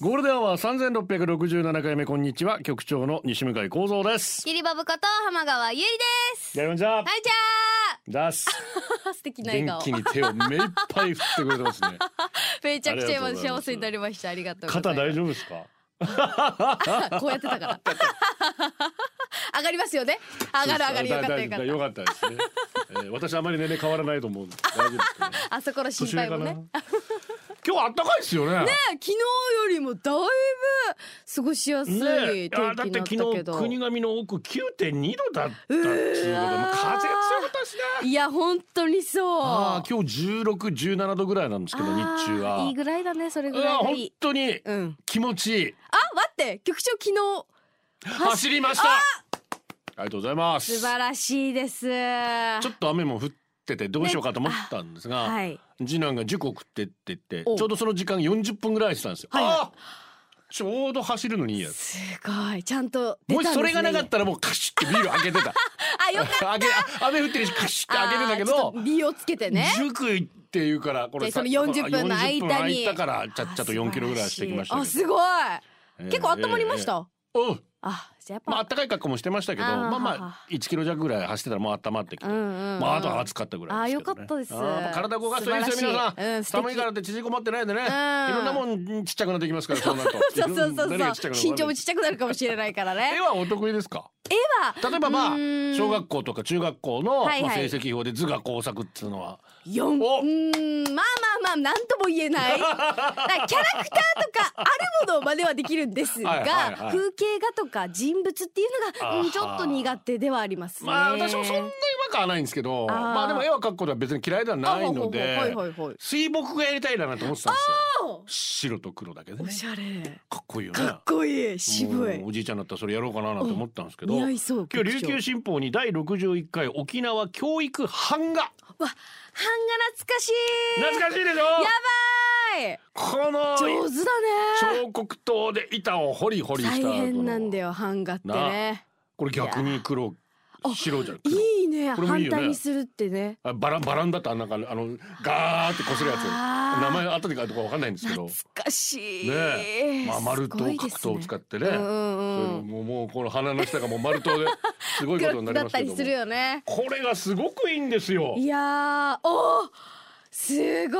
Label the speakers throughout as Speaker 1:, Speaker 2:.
Speaker 1: ゴールデンは三千六百六十七回目こんにちは局長の西向井光三です。
Speaker 2: ゆりばぶこと浜川ゆりです。
Speaker 1: やりました。
Speaker 2: はいじ
Speaker 1: 出す。
Speaker 2: ゃあ素敵な 笑
Speaker 1: 元
Speaker 2: 顔
Speaker 1: 気。に手を目いっぱい振ってくれてますね。
Speaker 2: めちゃくちゃ
Speaker 1: ありがとうござい
Speaker 2: 今
Speaker 1: ます
Speaker 2: 幸せになりました。ありがとうご ざ
Speaker 1: 肩
Speaker 2: いま
Speaker 1: 大
Speaker 2: す。
Speaker 1: 丈夫ですか？
Speaker 2: あこうやってたから。上がりますよね。上がる上がるよかったよ
Speaker 1: だだだ
Speaker 2: かった。
Speaker 1: よかったですね。えー私あまり年齢変わらないと思うんで大丈夫ですかね。
Speaker 2: あそこの 心
Speaker 1: 年上
Speaker 2: 配
Speaker 1: か
Speaker 2: も
Speaker 1: な
Speaker 2: ね。。
Speaker 1: 今日あったかいですよね。ね
Speaker 2: 昨日よりもだいぶ過ごしやすい
Speaker 1: え。
Speaker 2: 天
Speaker 1: いやだ
Speaker 2: 気
Speaker 1: っ
Speaker 2: に
Speaker 1: て
Speaker 2: な
Speaker 1: 昨
Speaker 2: ったけ
Speaker 1: 日
Speaker 2: ど。
Speaker 1: 国神の奥9.2度だったっていうことで、もう風強かったですね。
Speaker 2: いや本当にそう。
Speaker 1: ああ今日16、17度ぐらいなんですけど日中
Speaker 2: あーい。
Speaker 1: はい
Speaker 2: ぐらいだねそれ
Speaker 1: う
Speaker 2: ぐら
Speaker 1: わ
Speaker 2: いがい
Speaker 1: 本
Speaker 2: い。
Speaker 1: 当に
Speaker 2: うん。
Speaker 1: 気持ちいい。
Speaker 2: あ待って局長昨日
Speaker 1: 走りましたありがとうございます
Speaker 2: 素晴らしいです。
Speaker 1: ちょっと雨も降っててどうしようかと思ったんですが、
Speaker 2: はい。
Speaker 1: 次男が塾送ってって言ってちょ
Speaker 2: お
Speaker 1: うどその時間40分ぐらいしてたんですよ、
Speaker 2: はいはい
Speaker 1: あーちょうど走るのにいいやつ
Speaker 2: すごいちゃんと出
Speaker 1: も
Speaker 2: たん
Speaker 1: し
Speaker 2: で
Speaker 1: そ
Speaker 2: す、ね、
Speaker 1: れがなかったらもうカシッてビール開けてた
Speaker 2: あ よかった
Speaker 1: 開け 雨降ってるしカシッて開けてたけ
Speaker 2: あーちょ
Speaker 1: ど
Speaker 2: っと理をつけてね
Speaker 1: 塾行っていうからこ
Speaker 2: じゃあ
Speaker 1: さ
Speaker 2: その40分の間
Speaker 1: 40
Speaker 2: に
Speaker 1: 分空いたからちゃっちゃと4キロぐらい走ってきましたけど
Speaker 2: あすごい結構温まりまし、
Speaker 1: え
Speaker 2: た、
Speaker 1: えええうん
Speaker 2: あじゃあやっぱ、
Speaker 1: まあ暖かい格好もしてましたけど
Speaker 2: あー
Speaker 1: まあまあ1キロ弱ぐらい走ってたらもう温まってきて、
Speaker 2: うんうんうん
Speaker 1: まああとは暑かったぐらいですけど、ね、
Speaker 2: あーよかったです
Speaker 1: あーやっぱ体動かすといいですよ
Speaker 2: 素晴らしい
Speaker 1: 皆さん、
Speaker 2: うん素敵
Speaker 1: 寒いからって縮こまってないでね、い
Speaker 2: ん
Speaker 1: ろんなもんちっちゃくなってきますからそうなると
Speaker 2: そうそうそうそう
Speaker 1: 何がちっちゃくなる
Speaker 2: 身長もちっちゃくなるかもしれないからね
Speaker 1: 絵はお得意ですか
Speaker 2: 絵は
Speaker 1: 例えばまあ
Speaker 2: うーん
Speaker 1: 小学校とか中学校の、
Speaker 2: はいはい
Speaker 1: まあ、成績表で図画工作っていうのは
Speaker 2: 四う
Speaker 1: お
Speaker 2: ーんまあまあまあなんとも言えない だからキャラクターとかあるものまではできるんですが
Speaker 1: はいはいはい
Speaker 2: 風景画とか人物っていうのが、うん、ちょっと苦手ではありますね
Speaker 1: まあ私もそんなにうまくはないんですけど
Speaker 2: あー
Speaker 1: まあでも絵は描くことは別に嫌いではないので
Speaker 2: あほうほうほうはいはいはい
Speaker 1: 水墨画やりたいなと思ってたんですよ
Speaker 2: お
Speaker 1: 白と黒だけで、ね、
Speaker 2: しゃれ
Speaker 1: かっこいいよね
Speaker 2: かっこいい渋
Speaker 1: も
Speaker 2: いう
Speaker 1: おじいちゃんだったらそれやろうかななんて思ったんですけど
Speaker 2: 似合
Speaker 1: 今
Speaker 2: いそう
Speaker 1: 日琉球
Speaker 2: 局
Speaker 1: 新報に第61回沖縄教育版が
Speaker 2: 長わ版画懐かしい
Speaker 1: 懐かしいでしょ
Speaker 2: やばい
Speaker 1: この
Speaker 2: 上手だね
Speaker 1: 彫刻刀で板をホリホリした
Speaker 2: 大変なんだ
Speaker 1: よ
Speaker 2: よ版画ってね
Speaker 1: これ逆に黒白じゃん黒
Speaker 2: いいね
Speaker 1: これもいい
Speaker 2: 反
Speaker 1: よね
Speaker 2: 対にするってね
Speaker 1: あバランバランだったあんな感じあのガーってこするやつ
Speaker 2: あー
Speaker 1: 名前後でかどうかわかんないんですけど
Speaker 2: 懐かしい
Speaker 1: ねまあ丸
Speaker 2: す
Speaker 1: と
Speaker 2: ごいで
Speaker 1: 角
Speaker 2: す
Speaker 1: 刀を使ってね
Speaker 2: ねうんうん
Speaker 1: そうれ
Speaker 2: ん
Speaker 1: もうもうこの鼻の下がもう丸刀ですごいことになり
Speaker 2: だっ
Speaker 1: ます
Speaker 2: た
Speaker 1: けど
Speaker 2: り
Speaker 1: も
Speaker 2: するよね
Speaker 1: これがすごくいいんですよ
Speaker 2: いやーおーすごい
Speaker 1: ね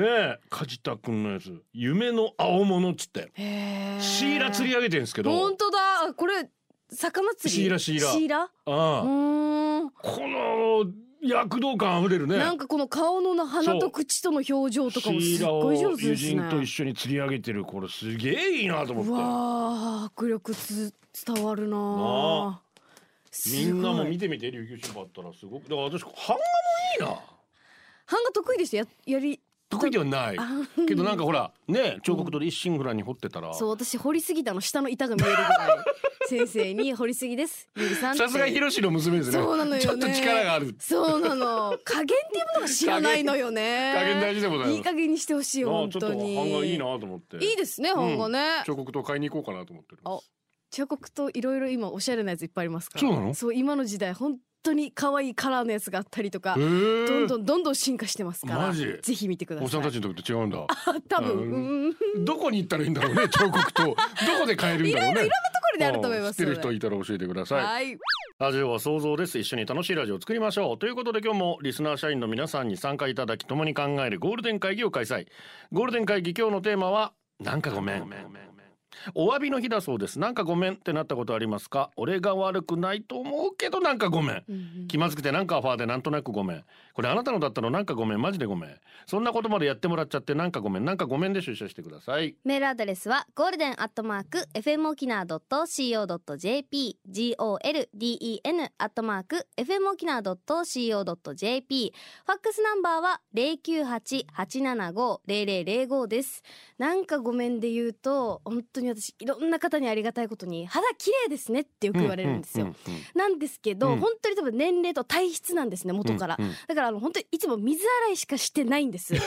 Speaker 1: え梶田君のやつ「夢の青物」っつって
Speaker 2: へー
Speaker 1: シイラ釣り上げてるんですけど
Speaker 2: 本当だあこれ魚釣り
Speaker 1: シイラシイラ
Speaker 2: シイラう
Speaker 1: ああ
Speaker 2: ーん
Speaker 1: この躍動感あふれるね
Speaker 2: なんかこの顔のな鼻と口との表情とかもす
Speaker 1: シイ
Speaker 2: っ
Speaker 1: ラ
Speaker 2: ご
Speaker 1: を
Speaker 2: い上手
Speaker 1: 友
Speaker 2: ですね
Speaker 1: 人。と一緒に釣り上げてるこれすげえいいなと
Speaker 2: う
Speaker 1: 思って
Speaker 2: わあ迫力つ伝わるな
Speaker 1: な
Speaker 2: あ。
Speaker 1: みんなも見て
Speaker 2: て。
Speaker 1: みて琉球新報あったらすごくだから私版画もいいな
Speaker 2: 版画得意でしたややり。
Speaker 1: 得意ではないけどなんかほらねえ彫刻刀で一心不乱に彫ってたら
Speaker 2: そう
Speaker 1: さ
Speaker 2: 私掘りすぎたの下の板が見えるぐらい先生に掘りすぎですゆりさんって。
Speaker 1: すがヒロシの娘ですね
Speaker 2: そうなのよね。
Speaker 1: ちょっと力がある
Speaker 2: そうなの加減っていうものが知らないのよね。
Speaker 1: 加減大事でございます
Speaker 2: いい加減にしてほしい
Speaker 1: なあ
Speaker 2: よ本
Speaker 1: ちょっと
Speaker 2: 当
Speaker 1: 版
Speaker 2: に。
Speaker 1: 画いいなと思って
Speaker 2: いいですね版画ね。
Speaker 1: 彫刻刀買いに行こうかなと思ってる
Speaker 2: あ彫刻といろいろ今おしゃれなやついっぱいありますから
Speaker 1: そうなの
Speaker 2: そう今の時代本当に可愛いカラーのやつがあったりとか
Speaker 1: ええ
Speaker 2: どんどんどんどん進化してますから
Speaker 1: マジ
Speaker 2: ぜひ見てください
Speaker 1: おじさんたちの時と違うんだ
Speaker 2: 多分
Speaker 1: うん
Speaker 2: うんい
Speaker 1: どこに行ったらいいんだろう ね彫刻刀どこで買えるんだろうね
Speaker 2: ろいろいろんなところであると思いま
Speaker 1: 知っ
Speaker 2: す
Speaker 1: て
Speaker 2: の
Speaker 1: る
Speaker 2: で
Speaker 1: 人いたら教えてください、
Speaker 2: はい
Speaker 1: ラジオは想像です一緒に楽しいラジオを作りましょうということで今日もリスナー社員の皆さんに参加いただき共に考えるゴールデン会議を開催ゴールデン会議今日のテーマはなんかごめんお詫びの日だそうですなんかごめんってなったことありますか俺が悪くないと思うけどなんかごめん気まずくてなんかアファーでなんとなくごめんこれあなたのだったのなんかごめんマジでごめんそんなことまでやってもらっちゃってなんかごめんなんかごめんで出社してください
Speaker 3: メールアドレスはゴールデンアットマーク FM 沖縄 .co.jp golden アットマーク FM 沖縄 .co.jp ファックスナンバーは098-875-0005ですなんかごめんで言うと本当に
Speaker 2: に私いろんな方にありがたいことに肌綺麗ですねってよく言われるんですよ、
Speaker 1: うう
Speaker 2: なんですけど、
Speaker 1: うん
Speaker 2: 本当に多分年齢と体質なんですね元から、
Speaker 1: うんうん
Speaker 2: だからあの本当にいつも水洗いしかしてないん ですそし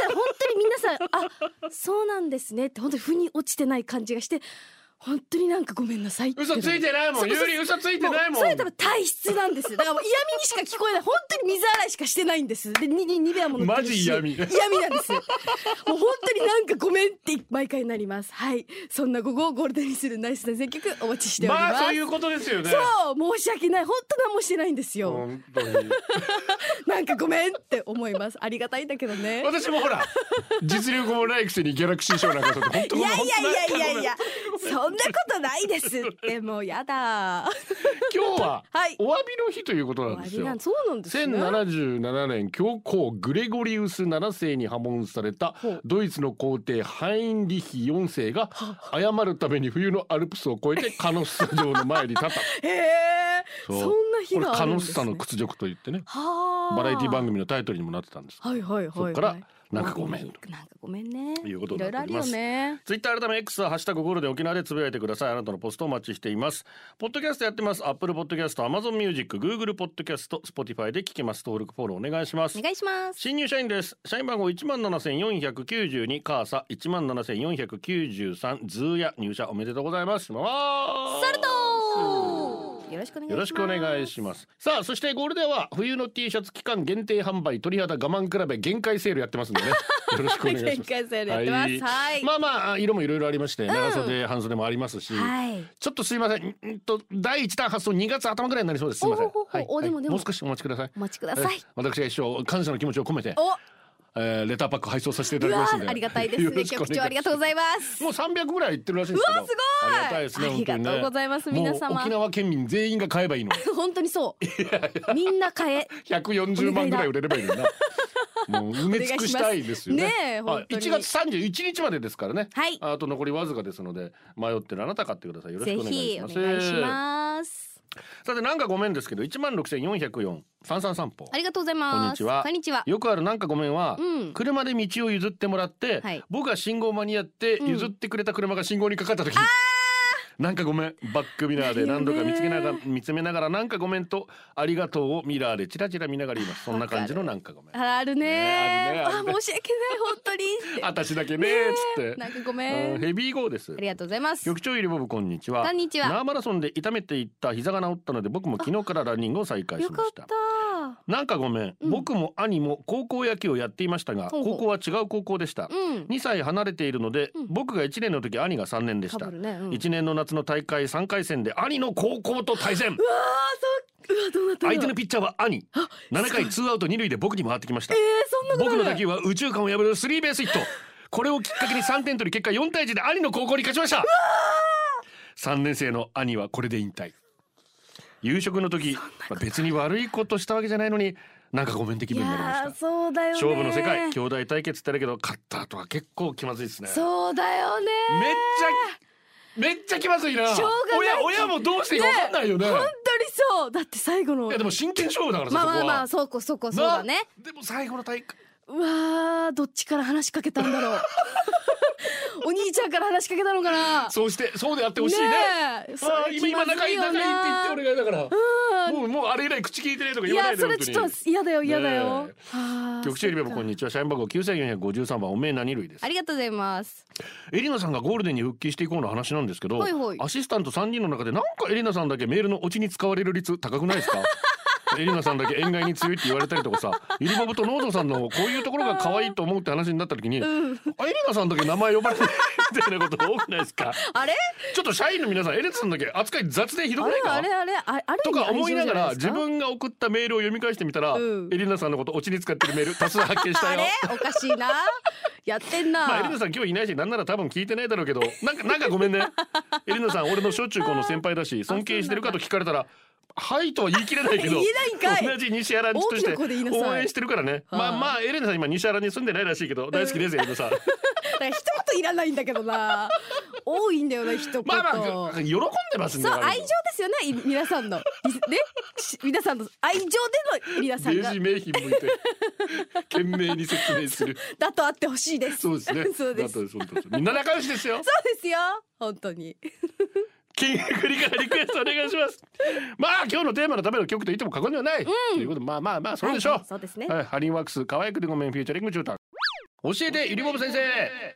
Speaker 2: たら本当に皆さんあそうなんですねって本当に腑に落ちてない感じがして本当になんかごめんなさいって
Speaker 1: 嘘ついてないも
Speaker 2: そ
Speaker 1: ん。
Speaker 2: うそう
Speaker 1: ゆうり嘘ついてないもん。
Speaker 2: それ多分体質なんですだからもう嫌味にしか聞こえない本当に水洗いしかしてないんですでににニベアも乗ってるし
Speaker 1: マジ嫌味
Speaker 2: 嫌味なんですもう本当になんかごめんって毎回なりますはいそんな午後をゴールデンにするナイスな選曲お待ちしております、
Speaker 1: まあそういうことですよね。
Speaker 2: そう申し訳ない本当何もしてないんですよ、
Speaker 1: 本当に。
Speaker 2: なんかごめんって思いますありがたいんだけどね
Speaker 1: 私もほら実力もないくせにギャラクシー賞なんかと本当
Speaker 2: い
Speaker 1: ごめん
Speaker 2: やい
Speaker 1: 本当
Speaker 2: やいやい
Speaker 1: ご
Speaker 2: や
Speaker 1: め
Speaker 2: い
Speaker 1: ん
Speaker 2: やそんなことないですってもうや だ
Speaker 1: 今日は
Speaker 2: はい
Speaker 1: お詫びの日ということなんです
Speaker 2: 終わ
Speaker 1: よ
Speaker 2: りなんそうなんですね
Speaker 1: 1077年教皇グレゴリウス7世に破門された
Speaker 2: う
Speaker 1: ドイツの皇帝ハインリヒ4世が謝るために冬のアルプスを越えてカノッサ城の前に 立った
Speaker 2: へえそん
Speaker 1: う
Speaker 2: な日
Speaker 1: これ
Speaker 2: があ
Speaker 1: カ
Speaker 2: るん
Speaker 1: ノ
Speaker 2: で
Speaker 1: ッ
Speaker 2: す、ね、
Speaker 1: サの屈辱と言ってね
Speaker 2: はあ
Speaker 1: バラエティ番組のタイトルにもなってたんです
Speaker 2: はいはいはい、はい、
Speaker 1: そっからなんかごめんと
Speaker 2: なんかごめんね
Speaker 1: いうことになっております
Speaker 2: いろいろあるよね
Speaker 1: ツイッター改め X はハッシュタグゴールで沖縄でつぶやいてください。あなたのポストをお待ちしています。ポッドキャストやってます。Apple Podcast、Amazon Music、Google Podcast、Spotify で聞けます。登録フォローお願いします
Speaker 2: お。願いします
Speaker 1: 新入社員です。社員番号一万七千四百九十二、カーサ一万七千四百九十三、ズーヤ入社おめでとうございます。まあ
Speaker 2: サルトよろしくお願いします
Speaker 1: よろしくお願いします。さあ、そしてゴールデンは冬の T シャツ期間限定販売鳥肌我慢比べ限界セールやってますんで ね。よろしくお願いします。
Speaker 2: 限界セールやってますはい
Speaker 1: まあまあ色もいろいろありまして、長袖半袖もありますし、
Speaker 2: はい
Speaker 1: ちょっとすいません。んんと第一弾発送2月頭ぐらいになりそうです。すいません。
Speaker 2: おほほほ
Speaker 1: はい
Speaker 2: おでもでも
Speaker 1: はいもう少しお待ちください。
Speaker 2: お待ちください
Speaker 1: え私が一生感謝の気持ちを込めて、
Speaker 2: お
Speaker 1: えーレターパック配送させていた
Speaker 2: う
Speaker 1: だきま
Speaker 2: わ
Speaker 1: すんで。
Speaker 2: ありがたいです
Speaker 1: よろ
Speaker 2: ね
Speaker 1: しくお願
Speaker 2: 局長ありがとうございます
Speaker 1: もう300ぐらいいってるらしいんですけど。
Speaker 2: うわすごい
Speaker 1: ありがたいですね。
Speaker 2: ありがとう
Speaker 1: 本当にね
Speaker 2: ございます皆様
Speaker 1: もう沖縄県民全員が買えばいいの。
Speaker 2: 本当にそうみんな買え
Speaker 1: 140万ぐらい売れればいいのにな。もう埋め尽くしたいですよね。
Speaker 2: お願い
Speaker 1: は
Speaker 2: しますねえ
Speaker 1: い
Speaker 2: 本当に
Speaker 1: 1月31日までですからね。
Speaker 2: はい
Speaker 1: あと残りわずかですので、迷ってるあなた買ってください。よろし
Speaker 2: ぜ
Speaker 1: くお願いし
Speaker 2: ひお
Speaker 1: ます。
Speaker 2: 願いします
Speaker 1: さてなんかごめんですけど1万6404三三散歩
Speaker 2: ありがとうございます
Speaker 1: こんにちは
Speaker 2: こんにちは
Speaker 1: よくあるなんかごめんは、
Speaker 2: うん
Speaker 1: 車で道を譲ってもらって、
Speaker 2: はい
Speaker 1: 僕が信号間に合って
Speaker 2: ん
Speaker 1: 譲ってくれた車が信号にかかった時、なんかごめんバックミラーで何度か見つけながら見つめながらなんかごめんとありがとうをミラーでチラチラ見ながら言いますそんな感じのなんかごめん
Speaker 2: あある
Speaker 1: ねあるね
Speaker 2: ね
Speaker 1: あるね
Speaker 2: あ申し訳ない本 当にって
Speaker 1: 私だけねつって
Speaker 2: なんかごめん
Speaker 1: うヘビーゴーです
Speaker 2: ありがとうございます
Speaker 1: 局長ゆりぼぶこんにちは
Speaker 2: こんにちは
Speaker 1: ナーマラソンで痛めていった膝が治ったので僕も昨日からランニングを再開し
Speaker 2: よ
Speaker 1: ま
Speaker 2: かっ
Speaker 1: した
Speaker 2: た
Speaker 1: なんかごめん、
Speaker 2: うん
Speaker 1: 僕も兄も高校野球をやっていましたが
Speaker 2: ほうほ
Speaker 1: 高
Speaker 2: う
Speaker 1: 校は違う高校でした、
Speaker 2: うん
Speaker 1: 2歳離れているので、
Speaker 2: うん
Speaker 1: 僕が1年の時兄が3年でし
Speaker 2: か
Speaker 1: た、
Speaker 2: ぶるねうん
Speaker 1: 1年の夏の大会3回戦で兄の高校と対戦
Speaker 2: うわどうなったんだ
Speaker 1: 相手のピッチャーは兄7回2アウト2塁で僕に回ってきました、僕の打球は右中間を破るスリーベースヒットこれをきっかけに3点取り結果4対1で兄の高校に勝ちました3年生の兄はこれで引退夕食の時、まあ別に悪いことしたわけじゃないのになんかごめんって気
Speaker 2: い
Speaker 1: 分になりまし
Speaker 2: や
Speaker 1: た
Speaker 2: ーそうだよね
Speaker 1: 勝負の世界兄弟対決ってあるけど勝った後は結構気まずいですね
Speaker 2: そうだよね
Speaker 1: めっちゃめっちゃ気まずいな
Speaker 2: しょうがない
Speaker 1: 親親もどうしていいか分かんないよね
Speaker 2: 本当にそうだって最後の
Speaker 1: いやでも真剣勝負だからさ
Speaker 2: まあ
Speaker 1: そこ
Speaker 2: まあ
Speaker 1: は、
Speaker 2: まあそうこそこそうだね
Speaker 1: なでも最後の大会
Speaker 2: うわーどっちから話しかけたんだろ うお兄ちゃんから話しかけたのかな
Speaker 1: そうしてそうであってほしいね
Speaker 2: ねえそれ
Speaker 1: ああ今今
Speaker 2: 気ま
Speaker 1: 仲
Speaker 2: ず
Speaker 1: いい
Speaker 2: よ
Speaker 1: 仲いい
Speaker 2: な
Speaker 1: って言ってお願いだからもうもうあれ以来口聞いてねとか
Speaker 2: い
Speaker 1: 言わな
Speaker 2: や
Speaker 1: いで
Speaker 2: それ
Speaker 1: 本当に
Speaker 2: ちょっと嫌だよ嫌だよ
Speaker 1: ねえ
Speaker 2: はあ
Speaker 1: 局長よりもこんにちは社員番号9453番おめえ何類です
Speaker 2: ありがとうございます
Speaker 1: エリナさんがゴールデンに復帰していこうの話なんですけど、
Speaker 2: はいはい
Speaker 1: アシスタント3人の中でなんかエリナさんだけメールのオチに使われる率高くない ですかエリナさんだけ縁外に強いって言われたりとかさゆりぼぶとノードさんのこういうところが可愛いと思うって話になった時に、あエリナさんだけ名前呼ばれないみたいなこと多くないです か
Speaker 2: あれ
Speaker 1: ちょっと社員の皆さんエリナさんだけ扱い雑でひどく
Speaker 2: あ
Speaker 1: な
Speaker 2: れ
Speaker 1: いか
Speaker 2: あれあれあある意
Speaker 1: と
Speaker 2: 味
Speaker 1: か思いながら
Speaker 2: 愛情
Speaker 1: 自
Speaker 2: じゃいですか
Speaker 1: 分が送ったメールを読み返してみたら、
Speaker 2: うん
Speaker 1: エリナさんのことオチに使ってるメール多数発見した
Speaker 2: あ
Speaker 1: よ
Speaker 2: れおかしいなやってんな、
Speaker 1: まあ、エリナさん今日いないし、なんなら多分聞いてないだろうけど、なんか、なんかご めんね。エリナさん、俺の小中高の先輩だし、尊敬してるかと聞かれたら。はいとは言い切れないけど
Speaker 2: 言えないんかい
Speaker 1: 同じ西原にとし
Speaker 2: 大きな
Speaker 1: て
Speaker 2: 声で言いなさい
Speaker 1: 応援してるからねまあまあエレナさん今西原に住んでないらしいけど大好きですよエレナさん
Speaker 2: だから一言いらないんだけどな多いんだよな一言
Speaker 1: まあまあ喜んでますね
Speaker 2: そう
Speaker 1: 割と
Speaker 2: 愛情ですよねい皆さんのリスねし皆さんの愛情での皆さん
Speaker 1: デ
Speaker 2: が
Speaker 1: ジ名品向いて懸命に説明する
Speaker 2: だとあってほしいです。
Speaker 1: そうですね
Speaker 2: そうです
Speaker 1: だったらそうですみんな仲良しですよ
Speaker 2: そうですよ本当に。
Speaker 1: キングクリからリクエストお願いしますまあ今日のテーマのための曲と言っても過言ではない、ということでまあまあまあそれでしょう、
Speaker 2: そうですね。
Speaker 1: はい、ハリンワックス可愛くてごめんフューチャリング中短教えてゆりぼぶ先生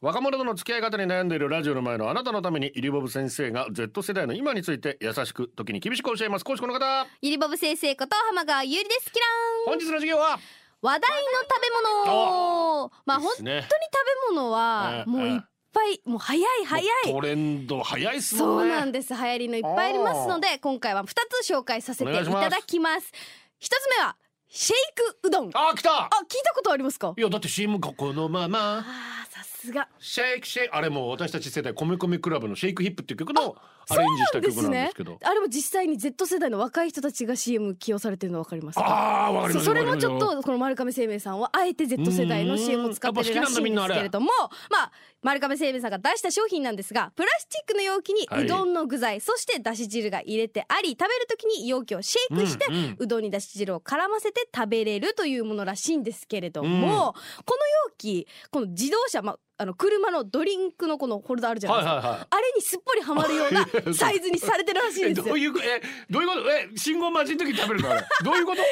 Speaker 1: 若者との付き合い方に悩んでいるラジオの前のあなたのためにゆりぼぶ先生が Z 世代の今について優しく時に厳しく教えます講師この方
Speaker 3: ゆりぼぶ先生こと浜川ゆりですキラーン
Speaker 1: 本日の授業は
Speaker 3: 話題の食べ物まあ本当に
Speaker 1: ね
Speaker 3: 食べ物は
Speaker 1: ええ
Speaker 3: もういっぱいもう早い早い
Speaker 1: トレンド早いっす
Speaker 3: そ
Speaker 1: も
Speaker 3: うん
Speaker 1: ね
Speaker 3: なんです流行りのいっぱいありますので今回は2つ紹介させていただきます一つ目はシェイクうどんあ
Speaker 1: あ来た
Speaker 2: 聞いたことありますか。
Speaker 1: いやだって CM がこのまま
Speaker 2: ああさすが。
Speaker 1: シェイクシェイクあれもう私たち世代米米クラブのシェイクヒップっていう曲のアレンジした曲なんですけど
Speaker 2: あれも実際に Z 世代の若い人たちが CM 起用されてるのわかりますか。
Speaker 1: ああわかり
Speaker 2: そ
Speaker 1: ます
Speaker 2: それもちょっ
Speaker 1: わかりますよ
Speaker 2: とこの丸亀製麺さんはあえて Z 世代の CM を使ってるらしいんですけれどもまあ丸亀製麺さんが出した商品なんですがプラスチックの容器に
Speaker 1: はいう
Speaker 2: どんの具材、そしてだし汁が入れてあり食べる時に容器をシェイクして、
Speaker 1: う
Speaker 2: うん
Speaker 1: うん
Speaker 2: どんにだし汁を絡ませて食べれるというものらしいんですけれども、この容器この自動車、まあ、あの車のドリンクのこのホルダーあるじゃない
Speaker 1: はい
Speaker 2: ですか、
Speaker 1: はいはい
Speaker 2: あれにすっぽりはまるよ うなサイズにされてるらしい
Speaker 1: え
Speaker 2: ん
Speaker 1: ど
Speaker 2: です
Speaker 1: う
Speaker 2: よ。い
Speaker 1: いうこえどういうことえ信号待ちの時に食べるのあ れどういうこと
Speaker 2: や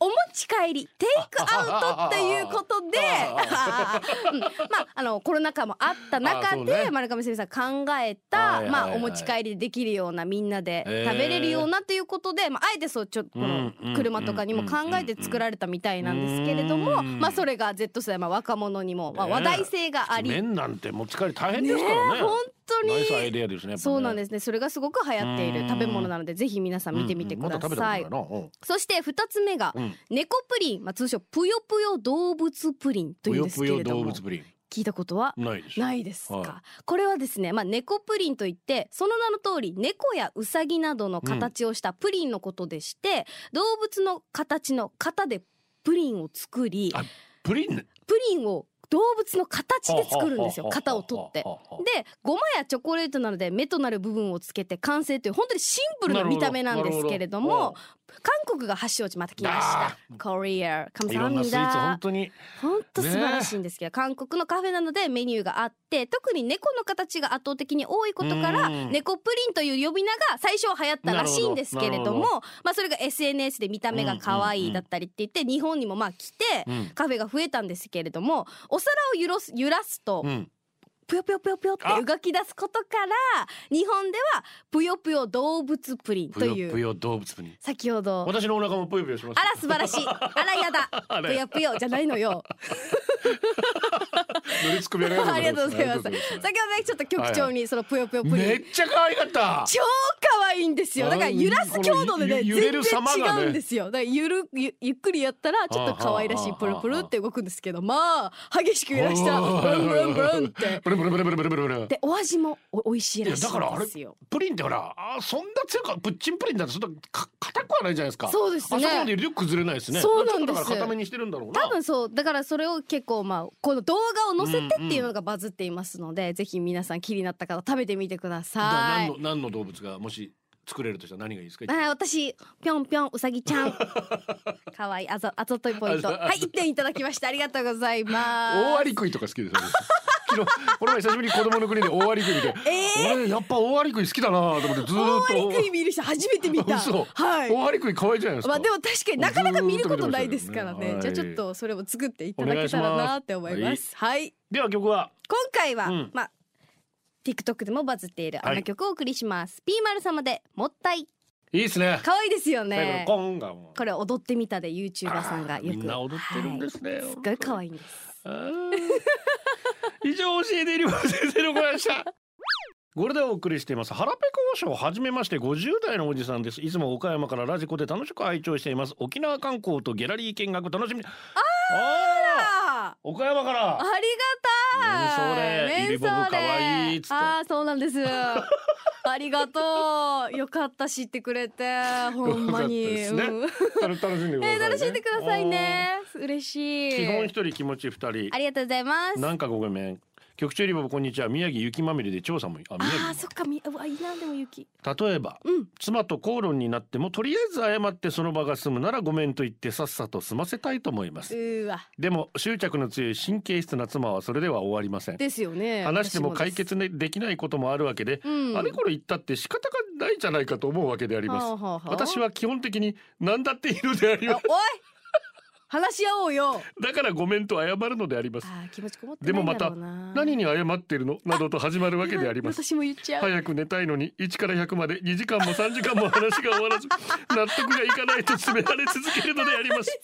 Speaker 2: お持ち帰りテイクアウトっていうこと で、うんまああのコロナ禍もあった
Speaker 1: あそ
Speaker 2: 中
Speaker 1: うね
Speaker 2: で丸亀先生さん考え
Speaker 1: はいはいは
Speaker 2: た
Speaker 1: い
Speaker 2: まあお持ち帰りでできるようなみんなで食べれるようなということで、まああえてそうちょっとこの
Speaker 1: うん
Speaker 2: 車とかにも考えて作られたみたいなんですけれど
Speaker 1: う
Speaker 2: も、
Speaker 1: ん
Speaker 2: まあそれが Z 世代まあ若者にもまあ
Speaker 1: ね
Speaker 2: 話題性があり、
Speaker 1: 麺なんて持ち帰り大変ですからね
Speaker 2: 本当に
Speaker 1: ナイスアイデアですね
Speaker 2: そうなんですすねそれがすごく流行っていうる
Speaker 1: ん
Speaker 2: 食べ物なのでぜひ皆さん見てみてください、そして二つ目が
Speaker 1: うん
Speaker 2: 猫プリン、まあ、通称ぷよぷよ動物プリン
Speaker 1: ぷ
Speaker 2: というん
Speaker 1: よ
Speaker 2: です
Speaker 1: ぷ
Speaker 2: け
Speaker 1: よ
Speaker 2: れど
Speaker 1: 動
Speaker 2: も
Speaker 1: 物プリン
Speaker 2: 聞いたことは
Speaker 1: ないです
Speaker 2: ないですか、
Speaker 1: は
Speaker 2: これはですね、まあ、猫プリンといってその名の通り猫やウサギなどの形をしたプリンのことでして、動物の形の型でプリンを作り
Speaker 1: あプリンで
Speaker 2: プリンを動物の形で作るんですよ型を取って。でごまやチョコレートなので目となる部分をつけて完成という本当にシンプルな見た目なんですけれど
Speaker 1: なるほど
Speaker 2: も韓国が発祥地また来ましたコリアカム
Speaker 1: い
Speaker 2: サ
Speaker 1: ろ
Speaker 2: ハ
Speaker 1: ん
Speaker 2: ミ
Speaker 1: なスイーツ本
Speaker 2: ダ
Speaker 1: 当に
Speaker 2: 本当素晴らしいんですけど、韓国のカフェなのでメニューがあって特に猫の形が圧倒的に多いことから
Speaker 1: うん
Speaker 2: 猫プリンという呼び名が最初は流行ったらしいんですけれ
Speaker 1: な
Speaker 2: ど
Speaker 1: る
Speaker 2: も
Speaker 1: ほ
Speaker 2: まあそれが SNS で見た目が可愛いだったりって言って日本にもまあ来て
Speaker 1: うん
Speaker 2: カフェが増えたんですけれどもお皿を揺らす揺らすと、
Speaker 1: うん
Speaker 2: ぷよぷよぷよぷよって動き出すことから日本ではぷよぷよ動物プリンと
Speaker 1: ぷ
Speaker 2: い
Speaker 1: よぷ
Speaker 2: う
Speaker 1: よ動物プリン
Speaker 2: 先ほど
Speaker 1: 私のお腹もぷよぷよします
Speaker 2: あら素 晴らしいあらやだ
Speaker 1: ら
Speaker 2: ぷよぷよじゃない のよ
Speaker 1: 乗りつくみあり
Speaker 2: あり
Speaker 1: が
Speaker 2: が
Speaker 1: と
Speaker 2: と
Speaker 1: う
Speaker 2: う
Speaker 1: ご
Speaker 2: ご
Speaker 1: ざ
Speaker 2: ざ
Speaker 1: いま
Speaker 2: いますす先ほどねちょっと局長にそのぷよぷよプリン、
Speaker 1: めっちゃ可愛かった
Speaker 2: 超可愛いんですよだから揺らす強度で
Speaker 1: あの
Speaker 2: ね
Speaker 1: ゆゆ揺れ
Speaker 2: 全
Speaker 1: る
Speaker 2: 然
Speaker 1: 様がね
Speaker 2: 違うんですよだからゆるゆゆっくりやったらちょっと可愛らしいプルプルって動くんですけどまあ激しく揺らしたらブルンブルンブルンって
Speaker 1: ブルブルブルブルブルブルブル
Speaker 2: でお味もお美味しいらしい
Speaker 1: いやだからあ
Speaker 2: ん
Speaker 1: れ
Speaker 2: ですよ
Speaker 1: プリンってほらあーそんな強くプッチンプリンだってそんなか硬くはないじゃないですか
Speaker 2: そうですね
Speaker 1: あそこまで入れると崩れないですね
Speaker 2: そうなんです
Speaker 1: ちょっとだから固めにしてるんだろうな
Speaker 2: 多分そうだからそれを結構まあこの動画を載せてっていうのがバズっていますので、ぜひ皆さん気になった方食べてみてくだ
Speaker 1: だから
Speaker 2: さ
Speaker 1: 何
Speaker 2: い
Speaker 1: の。何の動物がもし作れるとしたら何がいいですか
Speaker 2: はい、私ぴょんぴょんうさぎち ゃん。可愛いあざあざといポイント。
Speaker 1: あざ
Speaker 2: はい、一点いただきました。ありがとうございます。
Speaker 1: 大アリ食いとか好きですよね昨日この前久しぶりに子供の国で大アリ食い見て、
Speaker 2: え
Speaker 1: 俺やっぱ大アリ食い好きだなと思ってずーっと
Speaker 2: ー、大食い見る人初めて見た。
Speaker 1: 嘘
Speaker 2: はい。
Speaker 1: 大アリ食い可愛いじゃないですか、
Speaker 2: まあでも確かになかなか見ることないですから
Speaker 1: ずー
Speaker 2: ね
Speaker 1: っ。と
Speaker 2: じゃ
Speaker 1: 見
Speaker 2: あ
Speaker 1: て
Speaker 2: ち
Speaker 1: ま
Speaker 2: ょ
Speaker 1: したよ
Speaker 2: っとそれも作っていただけたらなって思います。はい
Speaker 1: では曲は
Speaker 2: 今回は、
Speaker 1: うん
Speaker 2: まあ TikTok でもバズっているあ
Speaker 1: は
Speaker 2: の
Speaker 1: い
Speaker 2: 曲をお送りします、ピーマル様でもったい
Speaker 1: いいですね
Speaker 2: 可愛いですよね
Speaker 1: 最後のコンがもう
Speaker 2: これ踊ってみたで YouTuber さんがよく
Speaker 1: みんな踊ってるんですね
Speaker 2: はいすっごい可愛いんです
Speaker 1: あー以上教えている先生のごでしたこれでお送りしています腹ペコ和尚はじめまして50代のおじさんですいつも岡山からラジコで楽しく拝聴しています沖縄観光とギャラリー見学楽しみああー
Speaker 2: あ
Speaker 1: 岡山か
Speaker 2: ー
Speaker 1: ら
Speaker 2: ありがた
Speaker 1: メンソーレ
Speaker 2: い
Speaker 1: イリボブ可愛いっつって
Speaker 2: ああそうなん ですありがとうよかった知ってくれてほんまに、
Speaker 1: よかったですね
Speaker 2: うん
Speaker 1: 楽しんでください、ね
Speaker 2: えー、楽しんでくださいね嬉し
Speaker 1: あ
Speaker 2: い
Speaker 1: ー基本一人気持ち二人
Speaker 3: りがとうございます
Speaker 1: なんかごめん今日局長リボブこんにちは宮城雪まみれで調査もあ宮
Speaker 2: あ
Speaker 1: 城
Speaker 2: あそっかみうわいいなでも雪
Speaker 1: 例えば、
Speaker 2: うん
Speaker 1: 妻と口論になってもとりあえず謝ってその場が済むならごめんと言ってさっさと済ませたいと思います
Speaker 2: うわ
Speaker 1: でも執着の強い神経質な妻はそれでは終わりません
Speaker 2: ですよね
Speaker 1: 話しても
Speaker 2: 私
Speaker 1: 解
Speaker 2: です
Speaker 1: 決ねできないこともあるわけで、
Speaker 2: うん
Speaker 1: あれこれ言ったって仕方がないじゃないかと思うわけであります、
Speaker 2: はあはあはあ
Speaker 1: 私は基本的に何だっているでありま
Speaker 2: あ
Speaker 1: す
Speaker 2: おい話し合おうよ
Speaker 1: だからごめんと謝るのであります
Speaker 2: あー気持ちこもって
Speaker 1: で
Speaker 2: な
Speaker 1: もま
Speaker 2: いんだ
Speaker 1: た
Speaker 2: ろうな
Speaker 1: 何に謝ってるのなどと始まるわけであります
Speaker 2: 私も言っちゃう、
Speaker 1: 早く寝たいのに1から100まで2時間も3時間も話が終わらず納得がいかないと詰められ続けるのであります